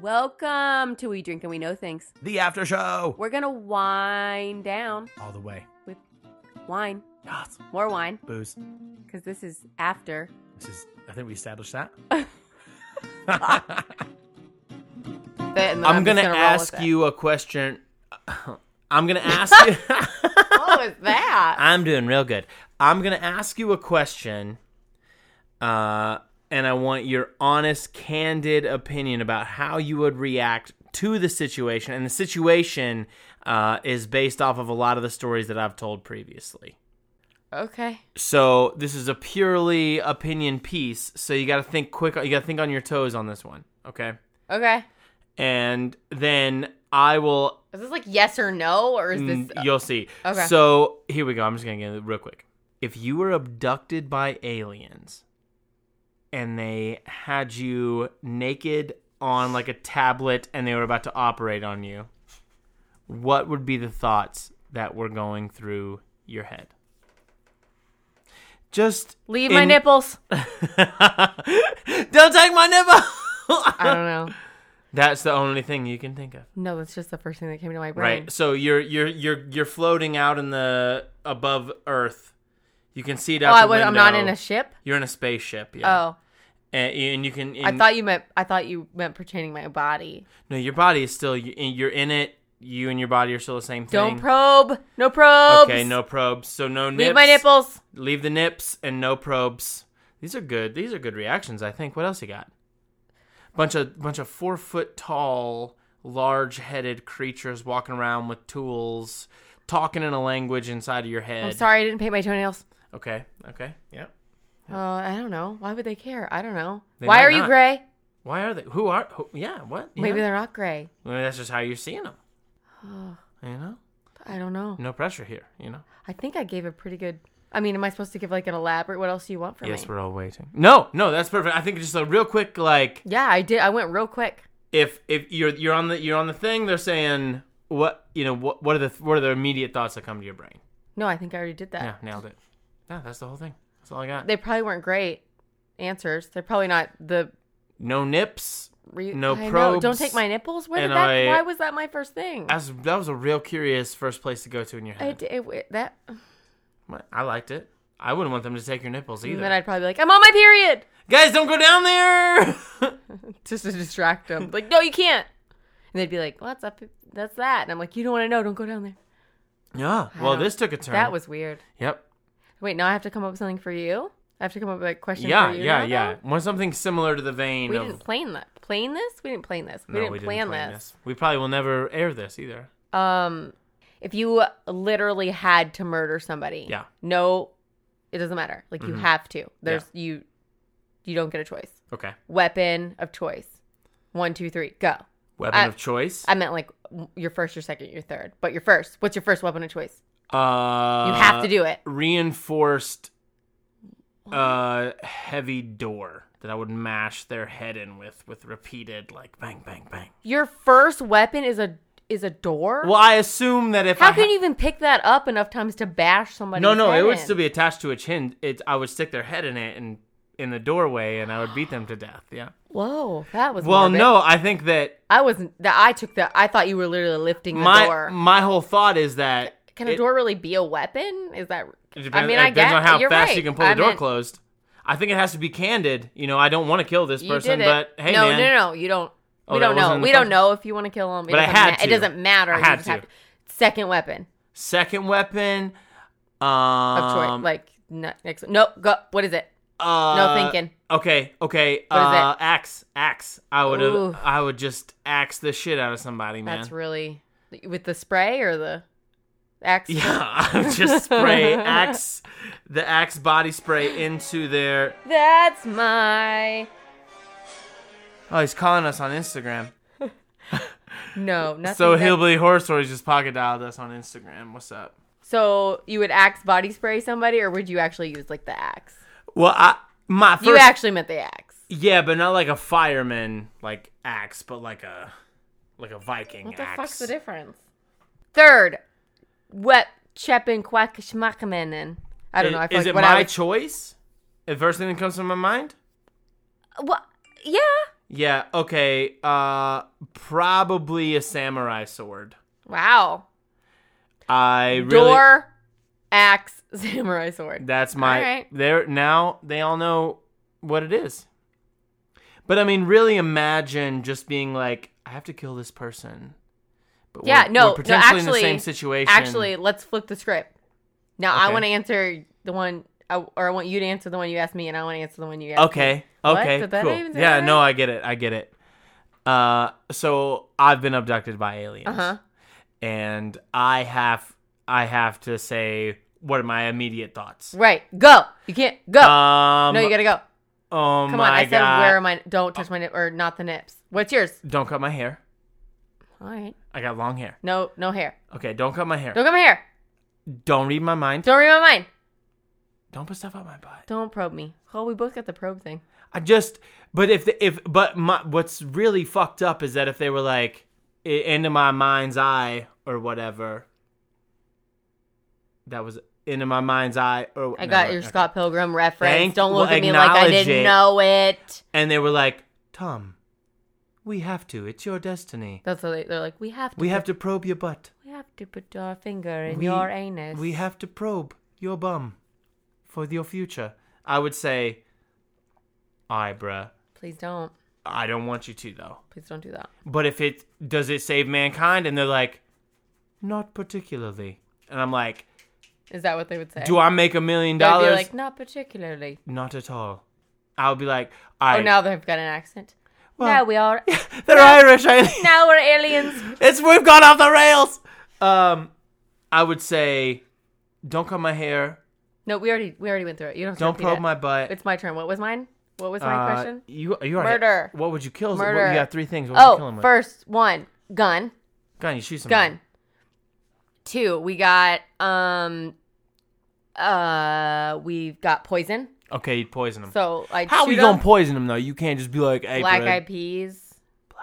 Welcome to We Drink and We Know Things. The after show. We're gonna wind down All the way. with wine, Yes. more wine, Booze. because this is after. This is, I think we established that. I'm going to ask you a question. I'm going to ask you. What was that? I'm doing real good. I'm going to ask you a question. Uh, and I want your honest, candid opinion about how you would react to the situation. And the situation uh, is based off of a lot of the stories that I've told previously. Okay. So this is a purely opinion piece. So you got to think quick. You got to think on your toes on this one. Okay. Okay. And then I will. mm, Is this like yes or no, or is this? uh, you'll see. okay. So here we go. I'm just gonna get it real quick. If you were abducted by aliens, and they had you naked on like a tablet, and they were about to operate on you, what would be the thoughts that were going through your head? Just Leave my in- nipples. Don't take my nipple. I don't know. That's the only thing you can think of. No, that's just the first thing that came to my brain. Right. So you're you're you're you're floating out in the above Earth. You can see it Oh, out. I the was, I'm not in window. a ship. You're in a spaceship. Yeah. Oh, And, and you can. I and- thought you meant. I thought you meant pertaining my body. No, your body is still. you- You're in it. You and your body are still the same thing. Don't probe. No probes. Okay. No probes. So no nips. Leave my nipples. Leave the nips and no probes. These are good. These are good reactions. I think. What else you got? Bunch of bunch of four foot tall, large headed creatures walking around with tools, talking in a language inside of your head. I'm sorry, I didn't paint my toenails. Okay. Okay. Yeah. Oh, I don't know. Why would they care? I don't know. They Why might are you not. gray? Why are they? Who are? Who, yeah. What? You Maybe know? they're not gray. Maybe that's just how you're seeing them. you know. I don't know. No pressure here. You know. I think I gave a pretty good. I mean, am I supposed to give like an elaborate? What else do you want from Yes, me? we're all waiting. No. No. That's perfect. I think just a real quick like Yeah, I did. I went real quick. if if you're you're on the you're on the thing they're saying what you know what what are the what are the immediate thoughts that come to your brain. No, I think I already did that. Yeah. Nailed it. Yeah. That's the whole thing. That's all I got. They probably weren't great answers. They're probably not the. No nips. Re- No I know. Don't probes. take my nipples. Where did And that? I- Why was that my first thing? That's, that was a real curious first place to go to in your I head. d- it- it- that. I liked it. I wouldn't want them to take your nipples And either. then I'd probably be like, I'm on my period, Guys, don't go down there. just to distract them. like, no, you can't. And they'd be like, what's up? That's that. And I'm like, you don't want to know. Don't go down there. Yeah. Well, don't- this took a turn. That was weird. Yep. Wait, now I have to come up with something for you. I have to come up with a question. Yeah. for you Yeah. now, Yeah. though? Want something similar to the vein We of. didn't plan that. Plan this? We didn't plan this. We no, didn't we didn't plan, plan this. We probably will never air this either. Um, if you literally had to murder somebody, Yeah. Mm-hmm. no, it doesn't matter. Like you have to. There's you, you don't get a choice. Okay. Weapon of choice. One, two, three, go. Weapon I- of choice. I meant like w- your first, your second, your third, but your first. What's your first weapon of choice? uh, You have to do it. Reinforced uh heavy door that I would mash their head in with with repeated like bang bang bang. Your first weapon is a is a door. Well, I assume that if How I can ha- you even pick that up enough times to bash somebody? No, no, it would still be attached to a chin. It I would stick their head in it and in the doorway and I would beat them to death. Yeah. Whoa, that was. Well, morbid. no, I think that I wasn't. That I took that. I thought you were literally lifting the my door. my whole thought is that Can a it- door really be a weapon? Is that? it depends, I mean, it I depends guess on how you're fast right. you can pull I the door meant- closed. I think it has to be candid. You know, I don't want to kill this You person, did it. but hey, no, man, no, no, no, you don't. Oh, we that don't wasn't know. in the We don't question. know if you want to kill them. But I doesn't had ma- It to. doesn't matter. I You had just to. have Second weapon second weapon. Um, of choice. Like ne- next. No, go. What is it? uh, thinking. Okay, okay. What is it? uh, axe, axe. I would, Ooh. I would just axe the shit out of somebody, man. That's really with the spray or the axe. Yeah, I would just spray axe, the axe body spray into their. That's my Oh, he's calling us on Instagram. no. Nothing So that- hillbilly horror stories just pocket dialed us on Instagram. What's up? So you would axe body spray somebody, or would you actually use like the axe? Well, I my first you actually meant the axe. yeah, but not like a fireman like axe, but like a like a Viking What the axe. fuck's the difference? Third, what Chepin Quack Schmackmanen. I don't know. I feel Is like it what my I was, choice? The first thing that comes to my mind. Wha- yeah. Yeah, okay. Uh probably a samurai sword. Wow. I really Door, axe, samurai sword. That's my Alright. there now they all know what it is. But I mean really imagine just being like I have to kill this person. But Yeah, no, no, potentially in the actually- same situation. Actually, let's flip the script. Now I Okay. want to answer the one, I, or I want you to answer the one you asked me, and I want to answer the one you asked. me. Okay. What? Okay. Did that cool. even sound yeah, right? no, I get it. I get it. Uh so I've been abducted by aliens. Uh-huh. And I have I have to say what are my immediate thoughts? Right. Go. You can't go. Um no, you gotta go. Oh Come my on. I said god. Oh. where am I? Don't touch my nip or not the nips. What's yours? Don't cut my hair. All right. I got long hair. No, no hair. Okay, don't cut my hair. Don't come here. Don't read my mind. Don't read my mind. Don't put stuff up my butt. Don't probe me. Oh, we both got the probe thing. I just, but if the, if but my, what's really fucked up is that if they were like i- into my mind's eye or whatever, that was into my mind's eye or I no, got right, your okay. Scott Pilgrim reference. Thank- Don't look well, at me like I acknowledge didn't it. know it. and they were like Tom, we have to. It's your destiny. That's what they, they're like. We have to. We have put, to probe your butt. We have to put our finger in We- your anus. We have to probe your bum for your future. I would say, I bruh. Please don't. I don't want you to though. Please don't do that. but if it does it save mankind and they're like not particularly and i'm like Is that what they would say? do i make a million They'd be dollars like, not particularly. not at all i'll be like i Oh, now they've got an accent. Well- now we are. they're irish I, now we're aliens. it's we've gone off the rails um i would say don't cut my hair No, we already we already went through it. You don't. Have to don't repeat probe it. my butt It's my turn. What was mine? What was my Uh, question? you you already, Murder. what would you kill Murder. you got three things what would you kill him Oh, with first one gun. Hmm. gun you shoot somebody gun. Two, we got um uh we've got poison. okay you'd poison him So I how shoot you gonna him. poison him though you can't just be like hey black bro, eyed peas.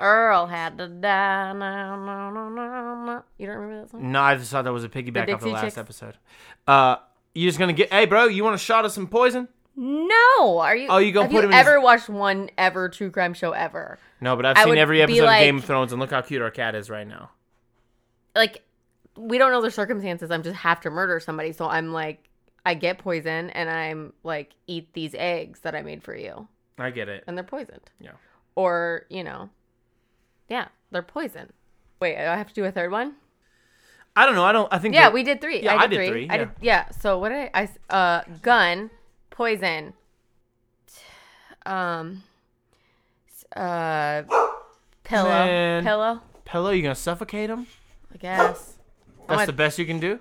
Earl had to die. Na, na, na, na, na. You don't remember that song? No, I just thought that was a piggyback off the Dixie last Chicks? episode. Uh, you just gonna get? Hey, bro, you want a shot of some poison? No. Are you Oh, you gonna have put you him in his- ever watched one ever true crime show ever? No, but I've I seen would every be episode like- of Game of Thrones, and look how cute our cat is right now. Like we don't know the circumstances. I'm just have to murder somebody, so I'm like I get poison and I'm like eat these eggs that I made for you. I get it. and they're poisoned. Yeah. Or, you know, yeah, they're poisoned. Wait, I have to do a third one? I don't know. I don't. I think. Yeah, that- we did three. Yeah, I did, three. I yeah. did, yeah. So what did I, I s- uh, gun, poison, um, s- uh, pillow, Man. pillow, Hello, you gonna suffocate him? I guess. That's my- the best you can do.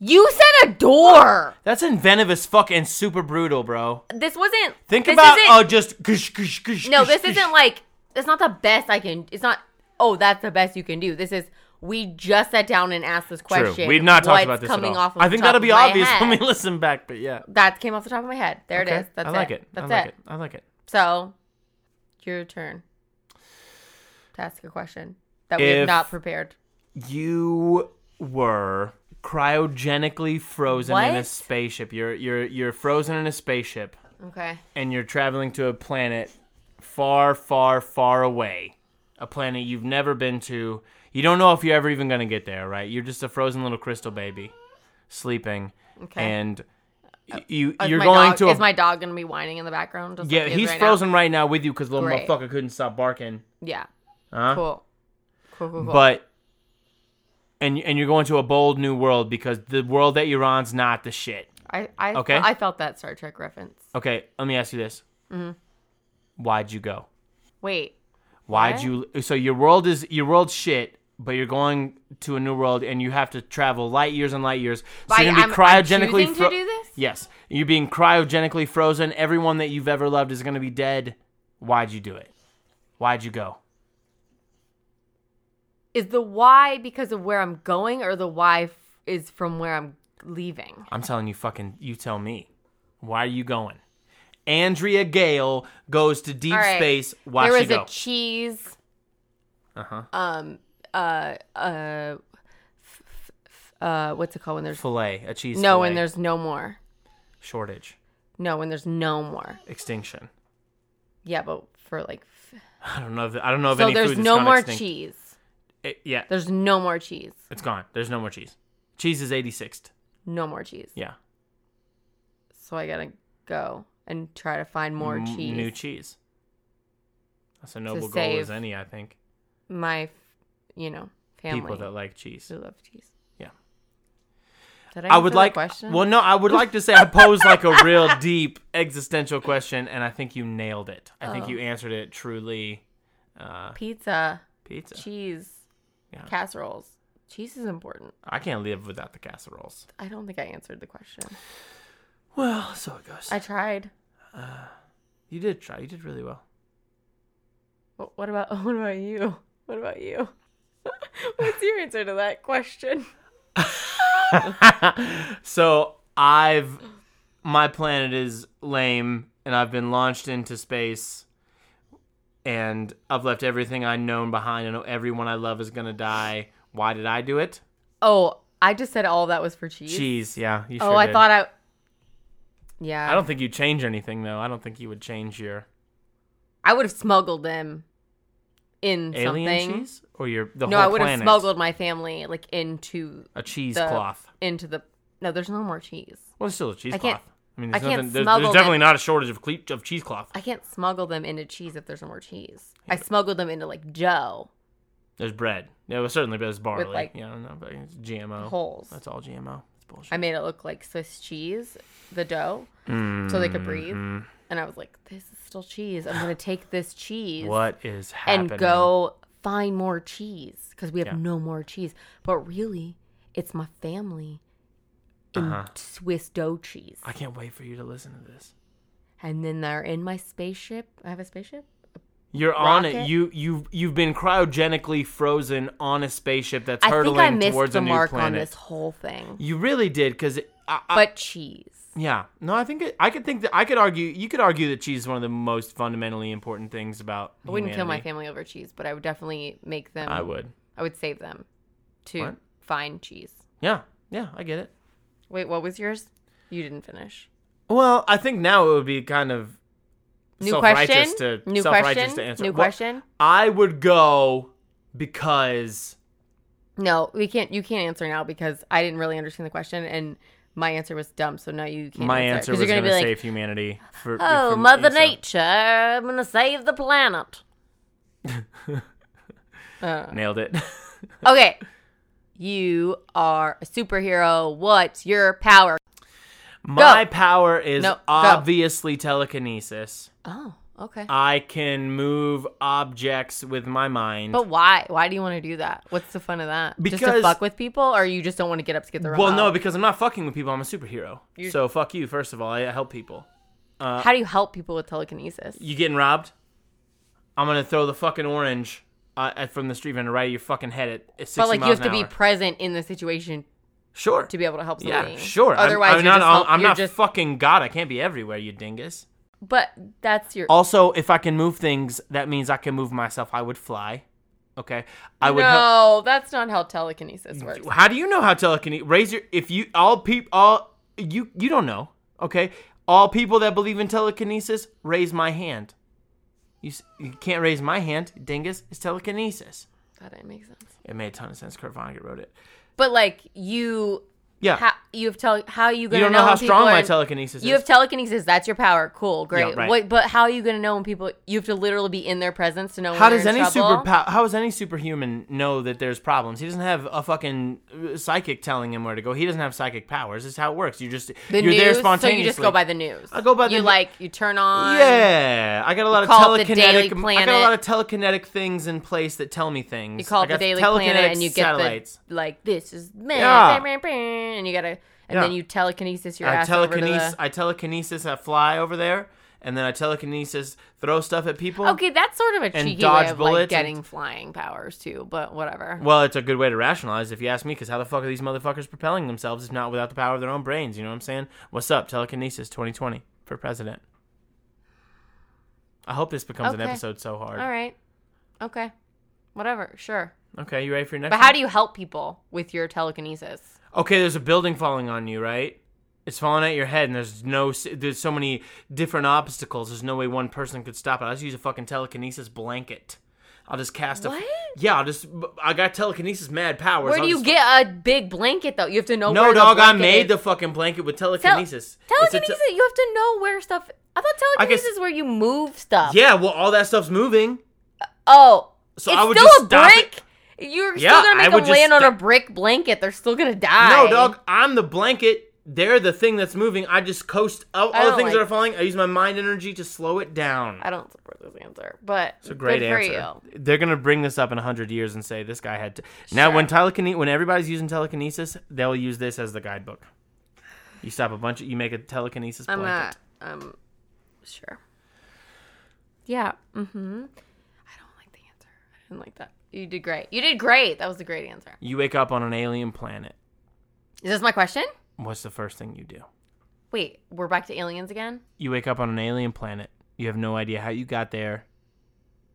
You said a door. That's inventive as fuck and super brutal, bro. This wasn't. Think this about isn't- oh, just gush, gush, gush, No, gush, this gush. isn't like it's not the best I can. It's not. Oh, that's the best you can do. This is. We just sat down and asked this True. question. We've What's not talked about this coming at all. off. Of I the think top that'll of be my obvious when head. we listen back. But yeah, That came off the top of my head. There Okay. it is. That's I like it. it. That's I like it. it. I like it. So, your turn to ask a question that we If- have not prepared. you were cryogenically frozen in a What? spaceship. You're you're you're frozen in a spaceship Okay. and you're traveling to a planet far, far, far away. A planet you've never been to. You don't know if you're ever even gonna get there, right? You're just a frozen little crystal baby sleeping. Okay. Uh, And y- you Is you're my going dog- to a Is my dog gonna be whining in the background? Just Yeah, like he is he's right now? frozen right now with you because little Great. motherfucker couldn't stop barking. Yeah. Huh? Cool. Cool. Cool. Cool. but and and you're going to a bold new world because the world that you're on's not the shit. I I Okay. I felt that Star Trek reference. Okay, let me ask you this: Mm-hmm. Why'd you go? Wait. Why'd What? you? So your world is your world's shit, but you're going to a new world and you have to travel light years and light years. So By- you're gonna I'm- be I'm cryogenically choosing to do this? Yes, you're being cryogenically frozen. Everyone that you've ever loved is gonna be dead. Why'd you do it? Why'd you go? Is the why because of where I'm going, or the why f- is from where I'm leaving? I'm telling you, fucking, you tell me. Why are you going? Andrea Gale goes to deep All right. space. Why there she was go? a cheese. Uh-huh. Um. Uh. Uh. f- f- f- Uh. What's it called when there's fillet, a cheese. no? fillet. When there's no more. shortage, No. When there's no more. extinction. Yeah, but for like. f- I don't know if I don't know if So any there's food no has gone more extinct. cheese. It- yeah, There's no more cheese. it's gone. There's no more cheese. Cheese is 86th. No more cheese. Yeah. So I gotta go and try to find more M- cheese. New cheese. That's a noble goal save as any, I think. My, f- you know, family People that like cheese. who love cheese. Yeah. Did I, I would answer the like. question. Well, no, I would like to say I posed like a real deep existential question, and I think you nailed it. I think Oh. you answered it truly. Uh, pizza, pizza. cheese, Yeah. casseroles. Cheese is important. I can't live without the casseroles. I don't think I answered the question. Well, so it goes. I tried. you did try. You did really well. What, what about what about you? What about you? What's your answer to that question? so I've my planet is lame, and I've been launched into space, and I've left everything I known behind. I know everyone I love is gonna die. Why did I do it? Oh, I just said all that was for cheese. Cheese. Yeah. You oh, sure I did. thought I. Yeah, I don't think you change anything though. I don't think you would change your I would have smuggled them in alien something. cheese or your the No, whole I would have planet. smuggled my family like into a cheese the- cloth. into the. No, there's no more cheese. Well, it's still a cheese can't- cloth. I mean, I there's, can't nothing, there's, smuggle there's definitely them. not a shortage of cle- of cheesecloth. I can't smuggle them into cheese if there's no more cheese. I smuggled them into like dough There's bread. Yeah, well, certainly there's barley. like, yeah, I don't know, but it's GMO. holes. Oh, That's all GMO. It's bullshit. I made it look like Swiss cheese, the dough, Hmm. so they could breathe. Mm-hmm. And I was like, this is still cheese. I'm going to take this cheese what is happening? and go find more cheese because we have Yeah. no more cheese. But really, it's my family in Swiss dough cheese. Uh-huh. I can't wait for you to listen to this. And then they're in my spaceship. I have a spaceship? You're on it. Rocket? You you you've been cryogenically frozen on a spaceship that's I think hurtling I missed towards the a new mark planet. on this whole thing. You really did because I, I, But cheese. yeah. No, I think it, I could think that I could argue. You could argue that cheese is one of the most fundamentally important things about. I wouldn't kill my humanity. family over cheese, but I would definitely make them. I would. I would save them to What? find cheese. Yeah. Yeah. I get it. Wait, what was yours? You didn't finish. Well, I think now it would be kind of New self-righteous question. to New self-righteous question. to answer. New Well, question. I would go because No, we can't. You can't answer now because I didn't really understand the question, and my answer was dumb. So now you can't. my answer, answer it, 'cause was going to be save humanity. For, "Oh, from Mother Esau. Nature, I'm gonna save the planet." Nailed it. Okay, you are a superhero. What's your power? my power is No, go. obviously telekinesis. Oh, okay. I can move objects with my mind. But why? Why do you want to do that? What's the fun of that? just to Because- fuck with people, or you just don't want to get up to get the remote? well, no, because I'm not fucking with people. I'm a superhero. You- So fuck you. First of all, I help people. How do you help people with telekinesis? You getting robbed? I'm gonna throw the fucking orange uh, at- from the street vendor right at your fucking head at, at 60 But like, you miles have to an be hour. present in the situation sure to be able to help somebody. Yeah, sure. I'm- Otherwise, I'm, you're not. just I'm, help- I'm you're not just. fucking God. I can't be everywhere, you dingus. But that's your. Also, if I can move things, that means I can move myself. I would fly. Okay, I would. no, help- that's not how telekinesis works. How do you know how telekinesis? Raise your. If you all peep all you you don't know. Okay, all people that believe in telekinesis, raise my hand. You s- you can't raise my hand, dingus. It's telekinesis. That didn't make sense. It made a ton of sense. Kurt Vonnegut wrote it. But like you, Yeah. how you have tele. How are you you gonna don't know, how when people strong are my in- telekinesis You is. have telekinesis. That's your power. Cool, great. right. What, but how are you gonna know when people? You have to literally be in their presence to know. When How you're does in any trouble. superpower? How does any superhuman know that there's problems? He doesn't have a fucking uh, psychic telling him where to go. He doesn't have psychic powers. This is how it works. You just the you're news, there spontaneously. So you just go by the news. I go by the You nu- like you turn on. yeah, I got a lot of call it the Daily telekinetic. I got a Planet. lot of telekinetic things in place that tell me things. You call I it the got Daily telekinetic Planet and you get satellites. the like this is man, Yeah. and you gotta and Yeah. then you telekinesis your I ass over telekinesis. uh, to I telekinesis. I fly over there, and then I telekinesis throw stuff at people. the. Okay, that's sort of a cheeky dodge way of bullets and- like getting flying powers too, but whatever. Well, it's a good way to rationalize, if you ask me, because how the fuck are these motherfuckers propelling themselves if not without the power of their own brains? You know what I'm saying? What's up, telekinesis 2020 for president? I hope this becomes an Okay. episode so hard. All right, okay, whatever, sure. Okay, you ready for your next But one? how do you help people with your telekinesis? okay, there's a building falling on you, right? It's falling at your head, and there's no, s- there's so many different obstacles. There's no way one person could stop it. I'll just use a fucking telekinesis blanket. I'll just cast a. What? Yeah, I'll just. I got telekinesis mad powers. Where I'll do you just- get a big blanket though? You have to know. No, where the dog. I blanket made is. the fucking blanket with Tel- telekinesis. It's a te- telekinesis. you have to know where stuff. I thought I telekinesis guess- is where you move stuff. yeah, well, all that stuff's moving. Oh, So it's I would still just a stop brick. it. You're Yeah, still gonna I make would them just land on a stop- brick blanket. They're still gonna die. No, dog. I'm the blanket. They're the thing that's moving. I just coast I all, all the don't things that like- are falling. I use my mind energy to slow it down. I don't support this answer, but It's a great good for answer. you. They're gonna bring this up in hundred years and say this guy had. To... Now, Sure. when telekine- when everybody's using telekinesis, they'll use this as the guidebook. You stop a bunch. Of, you make a telekinesis I'm blanket. not. Um, sure. Yeah. Mm-hmm. I don't like the answer. I didn't like that. You did great. You did great. That was a great answer. You wake up on an alien planet. Is this my question? What's the first thing you do? Wait, we're back to aliens again. You wake up on an alien planet. You have no idea how you got there.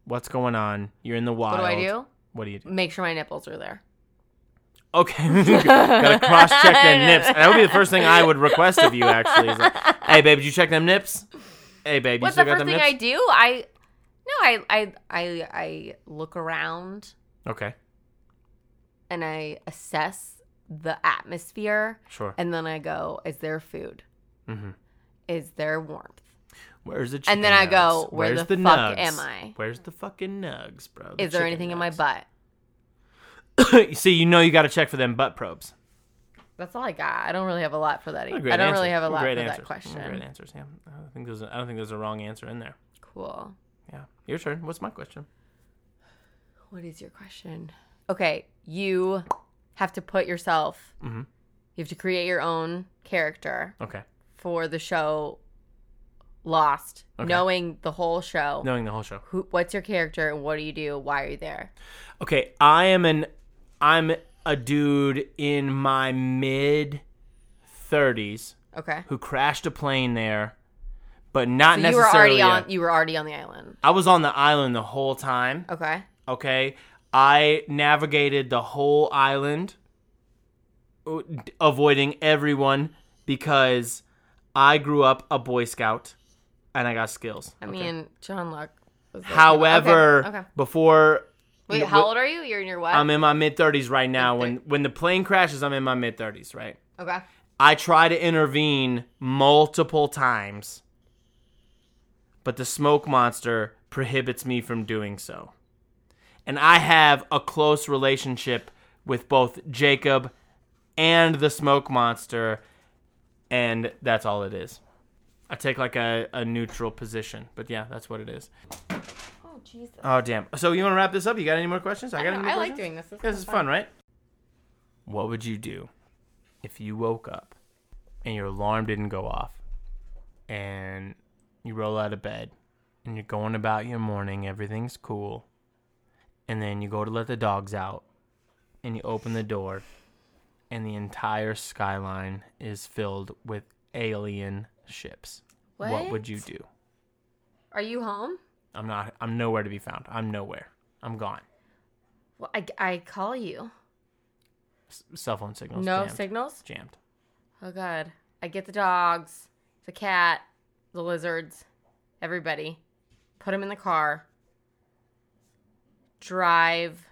What's going on? You're in the wild. What do I do? What do you do? Make sure my nipples are there. Okay, gotta cross check them nips. That would be the first thing I would request of you. Actually, is like, hey babe, did you check them nips? Hey babe, you What's still the first got them thing nips? I do? I no, I I I I look around Okay, and I assess the atmosphere, sure. and then I go, "Is there food? hmm Is there warmth?" Where's the chicken And then I go, nugs? where Where's the fuck am I? Where's the fucking nugs, bro? The Is there chicken anything in my nugs. butt? See, you know you got to check for them butt probes. That's all I got. I don't really have a lot for that. What a either. great I don't answer. really have a What lot great for answers. that What question. Great answers. Yeah, I don't think there's. A, I don't think there's a wrong answer in there. Cool. Yeah, your turn. What's my question? What is your question? Okay, you have to put yourself. Mhm. You have to create your own character Okay, for the show Lost, Okay. knowing the whole show. knowing the whole show. Who, what's your character and what do you do? Why are you there? Okay, I am an I'm a dude in my mid 30s Okay. who crashed a plane there, but not So you were already necessarily. a- on. You were already on the island. I was on the island the whole time. Okay. Okay, I navigated the whole island, o- d- avoiding everyone because I grew up a Boy Scout and I got skills. I mean, John Luck. Was there. However, Okay. okay. before Wait, wh- how old are you? You're in your what? I'm in my mid 30s right now. When when the plane crashes, I'm in my mid 30s, right? okay. I try to intervene multiple times, but the smoke monster prohibits me from doing so. And I have a close relationship with both Jacob and the smoke monster, and that's all it is. I take like a, a neutral position, but yeah, that's what it is. Oh Jesus. Oh damn! So you want to wrap this up? You got any more questions? I, got I, any don't more know. I like questions? doing this. This, This is fun, right? What would you do if you woke up and your alarm didn't go off and you roll out of bed and you're going about your morning, everything's cool, and then you go to let the dogs out and you open the door and the entire skyline is filled with alien ships. What? would you do? Are you home? I'm not I'm nowhere to be found. I'm nowhere. I'm gone. Well, I, I call you. S- cell phone signals No jammed. signals. jammed. Oh God. I get the dogs, the cat, the lizards, everybody. Put them in the car. Drive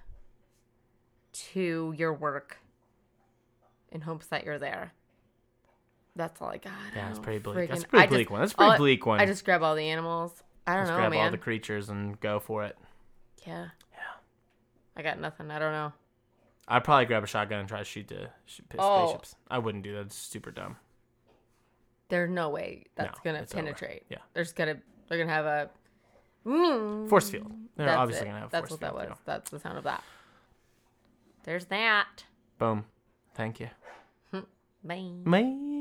to your work in hopes that you're there. That's all I got. Yeah, that's Oh, pretty bleak. That's friggin- a pretty I bleak just- one. That's a pretty all- bleak one. I just grab all the animals. I don't Let's know, grab man. all the creatures and go for it. yeah. Yeah. I got nothing. I don't know. I'd probably grab a shotgun and try to shoot the sh- p- Oh. spaceships. I wouldn't do that. It's super dumb. There's no way that's No, gonna it's over. penetrate. Yeah. There's gonna they're gonna have a Mm. Force field. They're That's obviously it. gonna have a That's force what that field. was. yeah. That's the sound of that. There's that. Boom. Thank you. Bye. Bye.